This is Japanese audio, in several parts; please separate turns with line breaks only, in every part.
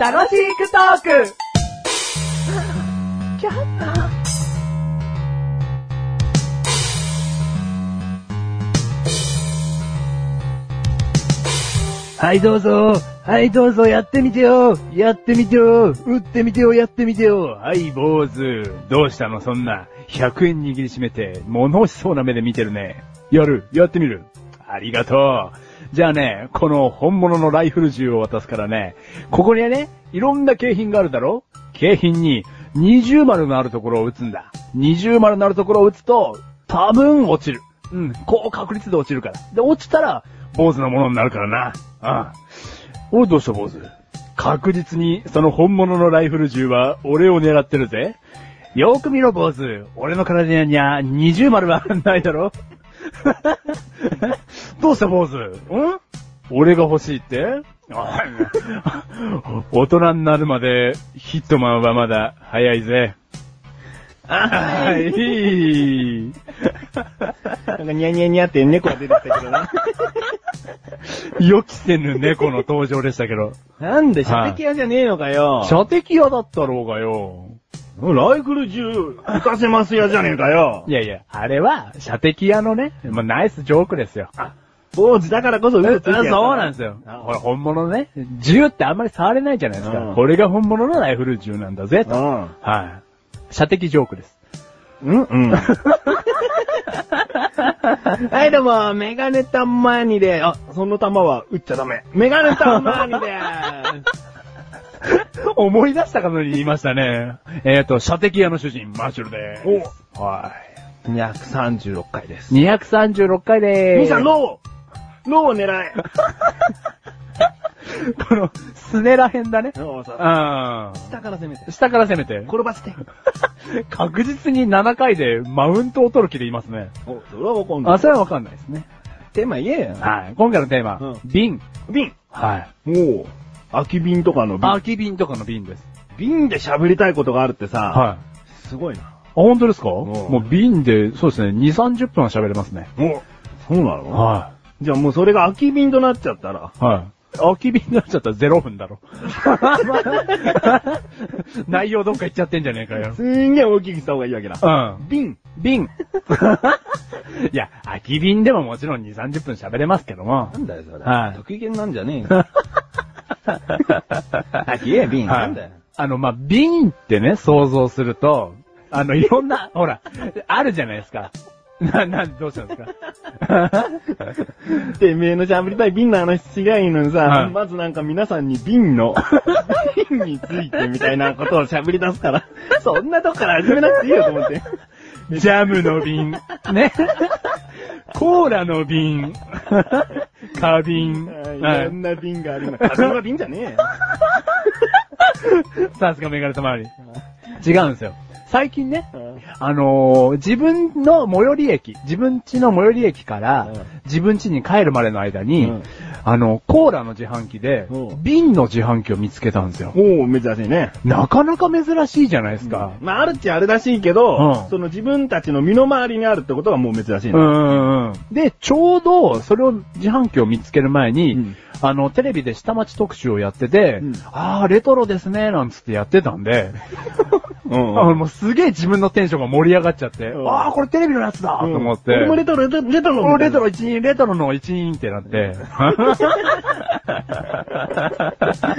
楽しくトーク
はい、どうぞ。はい、どうぞ、やってみてよ。やってみてよ。打ってみてよ、やってみてよ。はい、坊主。どうしたの、そんな。100円握りしめて、物欲しそうな目で見てるね。やる、やってみる。ありがとう。じゃあね、この本物のライフル銃を渡すからね、ここにはね、いろんな景品があるだろ景品に、二重丸のあるところを打つんだ。二重丸のあるところを打つと、多分落ちる。うん、高確率で落ちるから。で、落ちたら、坊主のものになるからな。うん。おい、どうした坊主確実に、その本物のライフル銃は、俺を狙ってるぜ。よーく見ろ、坊主。俺の体には、二重丸はないだろ どうした、坊主ん俺が欲しいっておい 大人になるまで、ヒットマンはまだ早いぜ。ああ、い い。
なんかニャニャニャって猫が出てきたけど な。
予期せぬ猫の登場でしたけど。
なんで、射的屋じゃねえのかよ。
射的屋だったろうがよ。
ライフル銃、浮かせます屋じゃねえかよ
い。やいや、あれは、射的屋のね、まあ、ナイスジョークですよ。
坊主だからこそ嘘ついて
あ
やった
そうなんですよ。これ本物のね、銃ってあんまり触れないじゃないですか。
うん
これが本物のライフル銃なんだぜ、と。はい。射的ジョークです。
うん。 うんうん。はい、どうも、メガネタマーニで、あ、その玉は撃っちゃダメ。メガネタマーニでーす。
思い出したかのように言いましたね。えっと、射的屋の主人、マシュルでおは
236回で
い。
す。
236回でーす。
兄さん、ローローを狙 え
この、スネラ編だね。
ローさ
あ
下から攻めて。
下から攻めて。
転ばして。
確実に7回でマウントを取る気でいますね。
お、それは怒ん
あ、
ない。
それはわかんないですね。
テーマ言えよ。
はい。今回のテーマ、
うん
瓶。
瓶
はい。
もう、空き瓶とかの瓶。
空き瓶とかの瓶です。
瓶で喋りたいことがあるってさ、
はい。
すごいな。
あ、本当ですか
ん
もう瓶で、そうですね、2、30分は喋れますね。
もう、そうなの
は
じゃあもうそれが空き瓶となっちゃったら、
い。はい。空き瓶になっちゃったら0分 だろ。内容どっか行っちゃってんじゃねえかよ
す。んげえ大きくした方がいいわけだ。
うん。
瓶。
瓶。いや、空き瓶でももちろん2、30分喋れますけども。
なんだよそれ。
はい
得意げなんじゃねえよ。空きえ、瓶。なんだよ。
あの、まあ、瓶ってね、想像すると、あの、いろんな、 ほら、あるじゃないですか。な、な、どうしたんですか
てめえの喋りたい瓶の話違いのにさ、
はい
まずなんか皆さんに瓶の、瓶についてみたいなことを喋り出すから、そんなとこから始めなくていいよと思って。
ジャムの瓶。 ね。コーラの 瓶。花瓶。
はいい
は
ろ
い
んな瓶があるな。花瓶は瓶じゃねえよ。
さすがメガネたまわり。違うんですよ。最近ね、
うん
あのー自分の最寄り駅、自分家の最寄り駅から、
うん
自分家に帰るまでの間に、
うん
あの、コーラの自販機で
う、ん
瓶の自販機を見つけたんですよ。
おー、珍しいね。
なかなか珍しいじゃないですか。
まあ、あるっちゃあれらしいけど、
うん
その自分たちの身の回りにあるってことがもう珍しい
うん
の。
うんうんで、ちょうど、それを、自販機を見つける前に、
うん
あの、テレビで下町特集をやってて、
うん
あー、レトロですね、なんつってやってたんで、
うん
あもうすげえ自分のテンションが盛り上がっちゃって、
うん
あー、これテレビのやつだ、と思って。
俺もレトロ、レトロ、レトロ
おレト
ロ。
ロ一員、レトロの一員ってな って。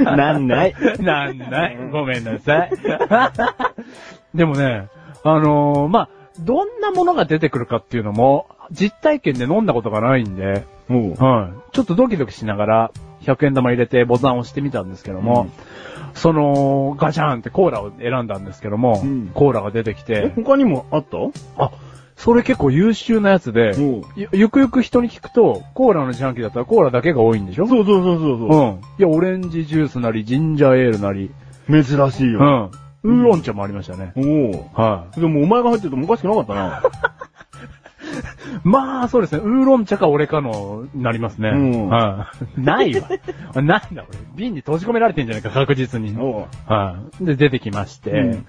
なんない。
なんない。ごめんなさい。 でもね、あのーまあ、どんなものが出てくるかっていうのも、実体験で飲んだことがないんで、
おう
はい。ちょっとドキドキしながら、100円玉入れてボタンを押してみたんですけども、その、ガチャンってコーラを選んだんですけども、
うん
コーラが出てき
え、
て、
他にもあったお
あ、それ結構優秀なやつで、
う
ゆゆくゆく人に聞くと、コーラの自販機だったらコーラだけが多いんでしょ
そうそうそうそう
うん。いや、オレンジジュースなり、ジンジャーエールなり、
そう。珍しいうよ。
ん。ウーロン茶もありましたね。
おお
は
でもお前が入ってるともおかしくなかったな。
い。まあ、そうですね。ウーロン茶か俺かの、なりますね。
うん
はい。ないわ。 ないだ、俺。瓶に閉じ込められてんじゃないか、確実に。
おう
はい。で、出てきまして。
うん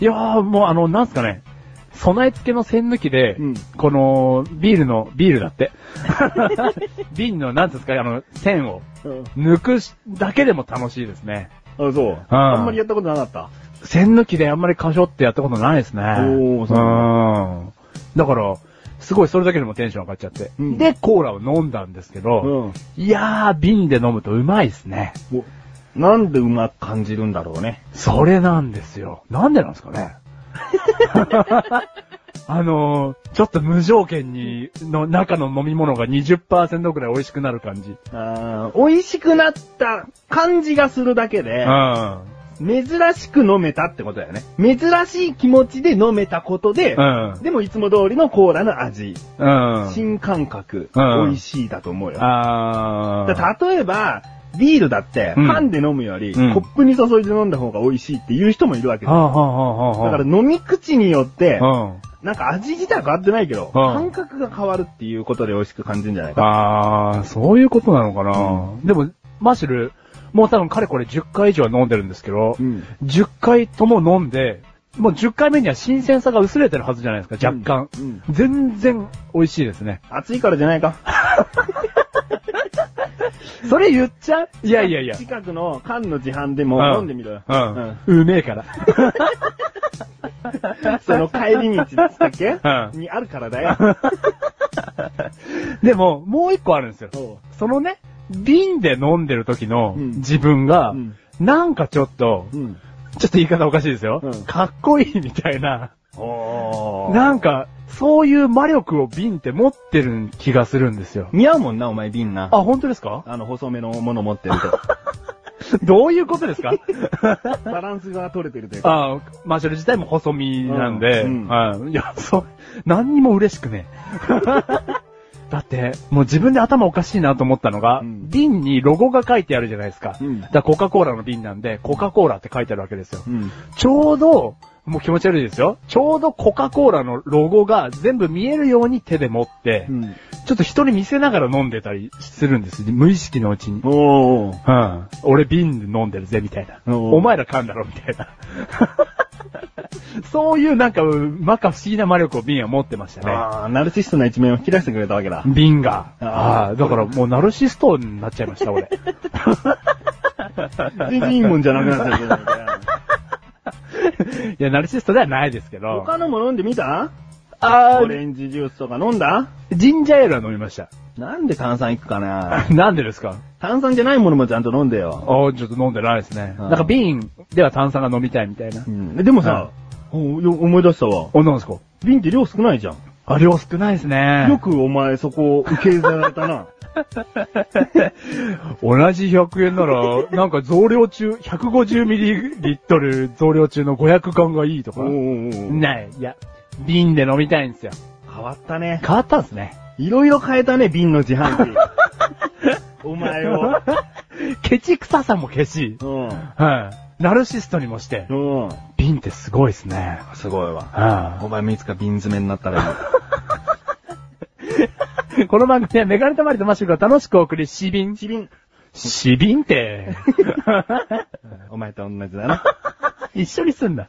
いやー、もうあの、なんすかね。備え付けの栓抜きで、
うん
この、ビールの、ビールだって。 瓶の、なんていうんですか、あの、栓を
うん。
抜くしだけでも楽しいですね。
あ、そう。あんまりやったことなかった。
栓抜きであんまり箇所ってやったことないですね。
おーそう
うん。だから、すごいそれだけでもテンション上がっちゃって。
うん
で、コーラを飲んだんですけど、
うん。
いやー、瓶で飲むとうまいですね。
おなんでうまく感じるんだろうね。
それなんですよ。なんでなんですか ねあのー、ちょっと無条件に、の中の飲み物が20%ぐらい美味しくなる感じ。
あー美味しくなった感じがするだけ
う
で、
ん。
珍しく飲めたってことだよね。珍しい気持ちで飲めたことで、
うん。
でもいつも通りのコーラの味、
うん。
新感覚、
うん
美味しいだと思うよ。
あー。
だ例えば、ビールだって、
うん
缶で飲むより、
うん
コップに注いで飲んだ方が美味しいっていう人もいるわけ
は
だ。
あ、はあはあは
だ
あ、
から飲み口によって、
うん。
なんか味自体は変わってないけど、
うん
感覚が変わるっていうことで美味しく感じるんじゃないか。
あー、そういうことなのかな、でも、マシュル、もう多分彼これ10回以上は飲んでるんですけど、
うん
10回とも飲んで、もう10回目には新鮮さが薄れてるはずじゃないですか、若干。
うん
全然美味しいですね。
暑いからじゃないか。
それ言っちゃういやいやいや。
近くの缶の自販でも
うん
飲んでみろよ。
うん。うめえ から。
うん その帰り道だったっけ
うん
にあるからだ よ。
でも、もう一個あるんですよ。そのね、瓶で飲んでる時の
うん
自分が、
うん
なんかちょっと、
うん。
ちょっと言い方おかしいですよ。
うん
かっこいいみたいな。
おな
なんか、そういう魔力を瓶って持ってる気がするんですよ。
似合うもんな、お前瓶な。
あ、本当ですか
あの、細めのもの持ってる と。
どういうことですか
バランスが取れてるという
あ
か。
マーシャル自体も細身なんで、
うん
うんいや、そう、何にも嬉しくね え。だって、もう自分で頭おかしいなと思ったのが、
うん
瓶にロゴが書いてあるじゃないですか。
うん
だからコカ・コーラの瓶なんで、コカ・コーラって書いてあるわけですよ。
うん。
ちょうど、もう気持ち悪いですよ。ちょうどコカ・コーラのロゴが全部見えるように手で持って、
うん。
ちょっと人に見せながら飲んでたりするんですよ無意識のうちに。
おー。
うん。俺瓶で飲んでるぜ、みたいな。
おー
お前ら噛んだろ、みたいな。 そういうなんか、まか不思議な魔力を瓶は持ってましたね。
あー、ナルシストな一面を引き出してくれたわけだ。
瓶が。
あー
ああー、だからもうナルシストになっちゃいま した、俺。
全然いいもんじゃなくなっちゃうけ どみたいな。
いや、ナルシストではないですけど。
他のも飲んでみた
あ
オレンジジュースとか飲んだ
ージンジャーエールは飲みました。
なんで炭酸いくかな
なんでですか
炭酸じゃないものもちゃんと飲んでよ。
ああ、ちょっと飲んでないですね。
あー
なんか瓶では炭酸が飲みたいみたいな
う。ん、でもさ、およ思い出したわ。
お、なんですか
瓶って量少ないじゃん。
あ、量少ないですね。
よくお前そこ受け入れられ たな。
同じ100円なら、なんか増量中、150ミリリットル増量中の500缶がいいとか
お。うおうおう
ない、いや、瓶で飲みたいんですよ。
変わったね。
変わったんですね。
いろいろ変えたね、瓶の自 販機。お前を。
ケチ臭さも消し、
うん。
はい。ナルシストにもして、
うん。
瓶ってすごいですね。
すごいわ。
は
お前もいつか瓶詰めになったらいい。
いこの番組はメガネたまりとマッシュルが楽しくお送り、死瓶。
一瓶。
死瓶って、
お前と同じだな。
一緒にすんな。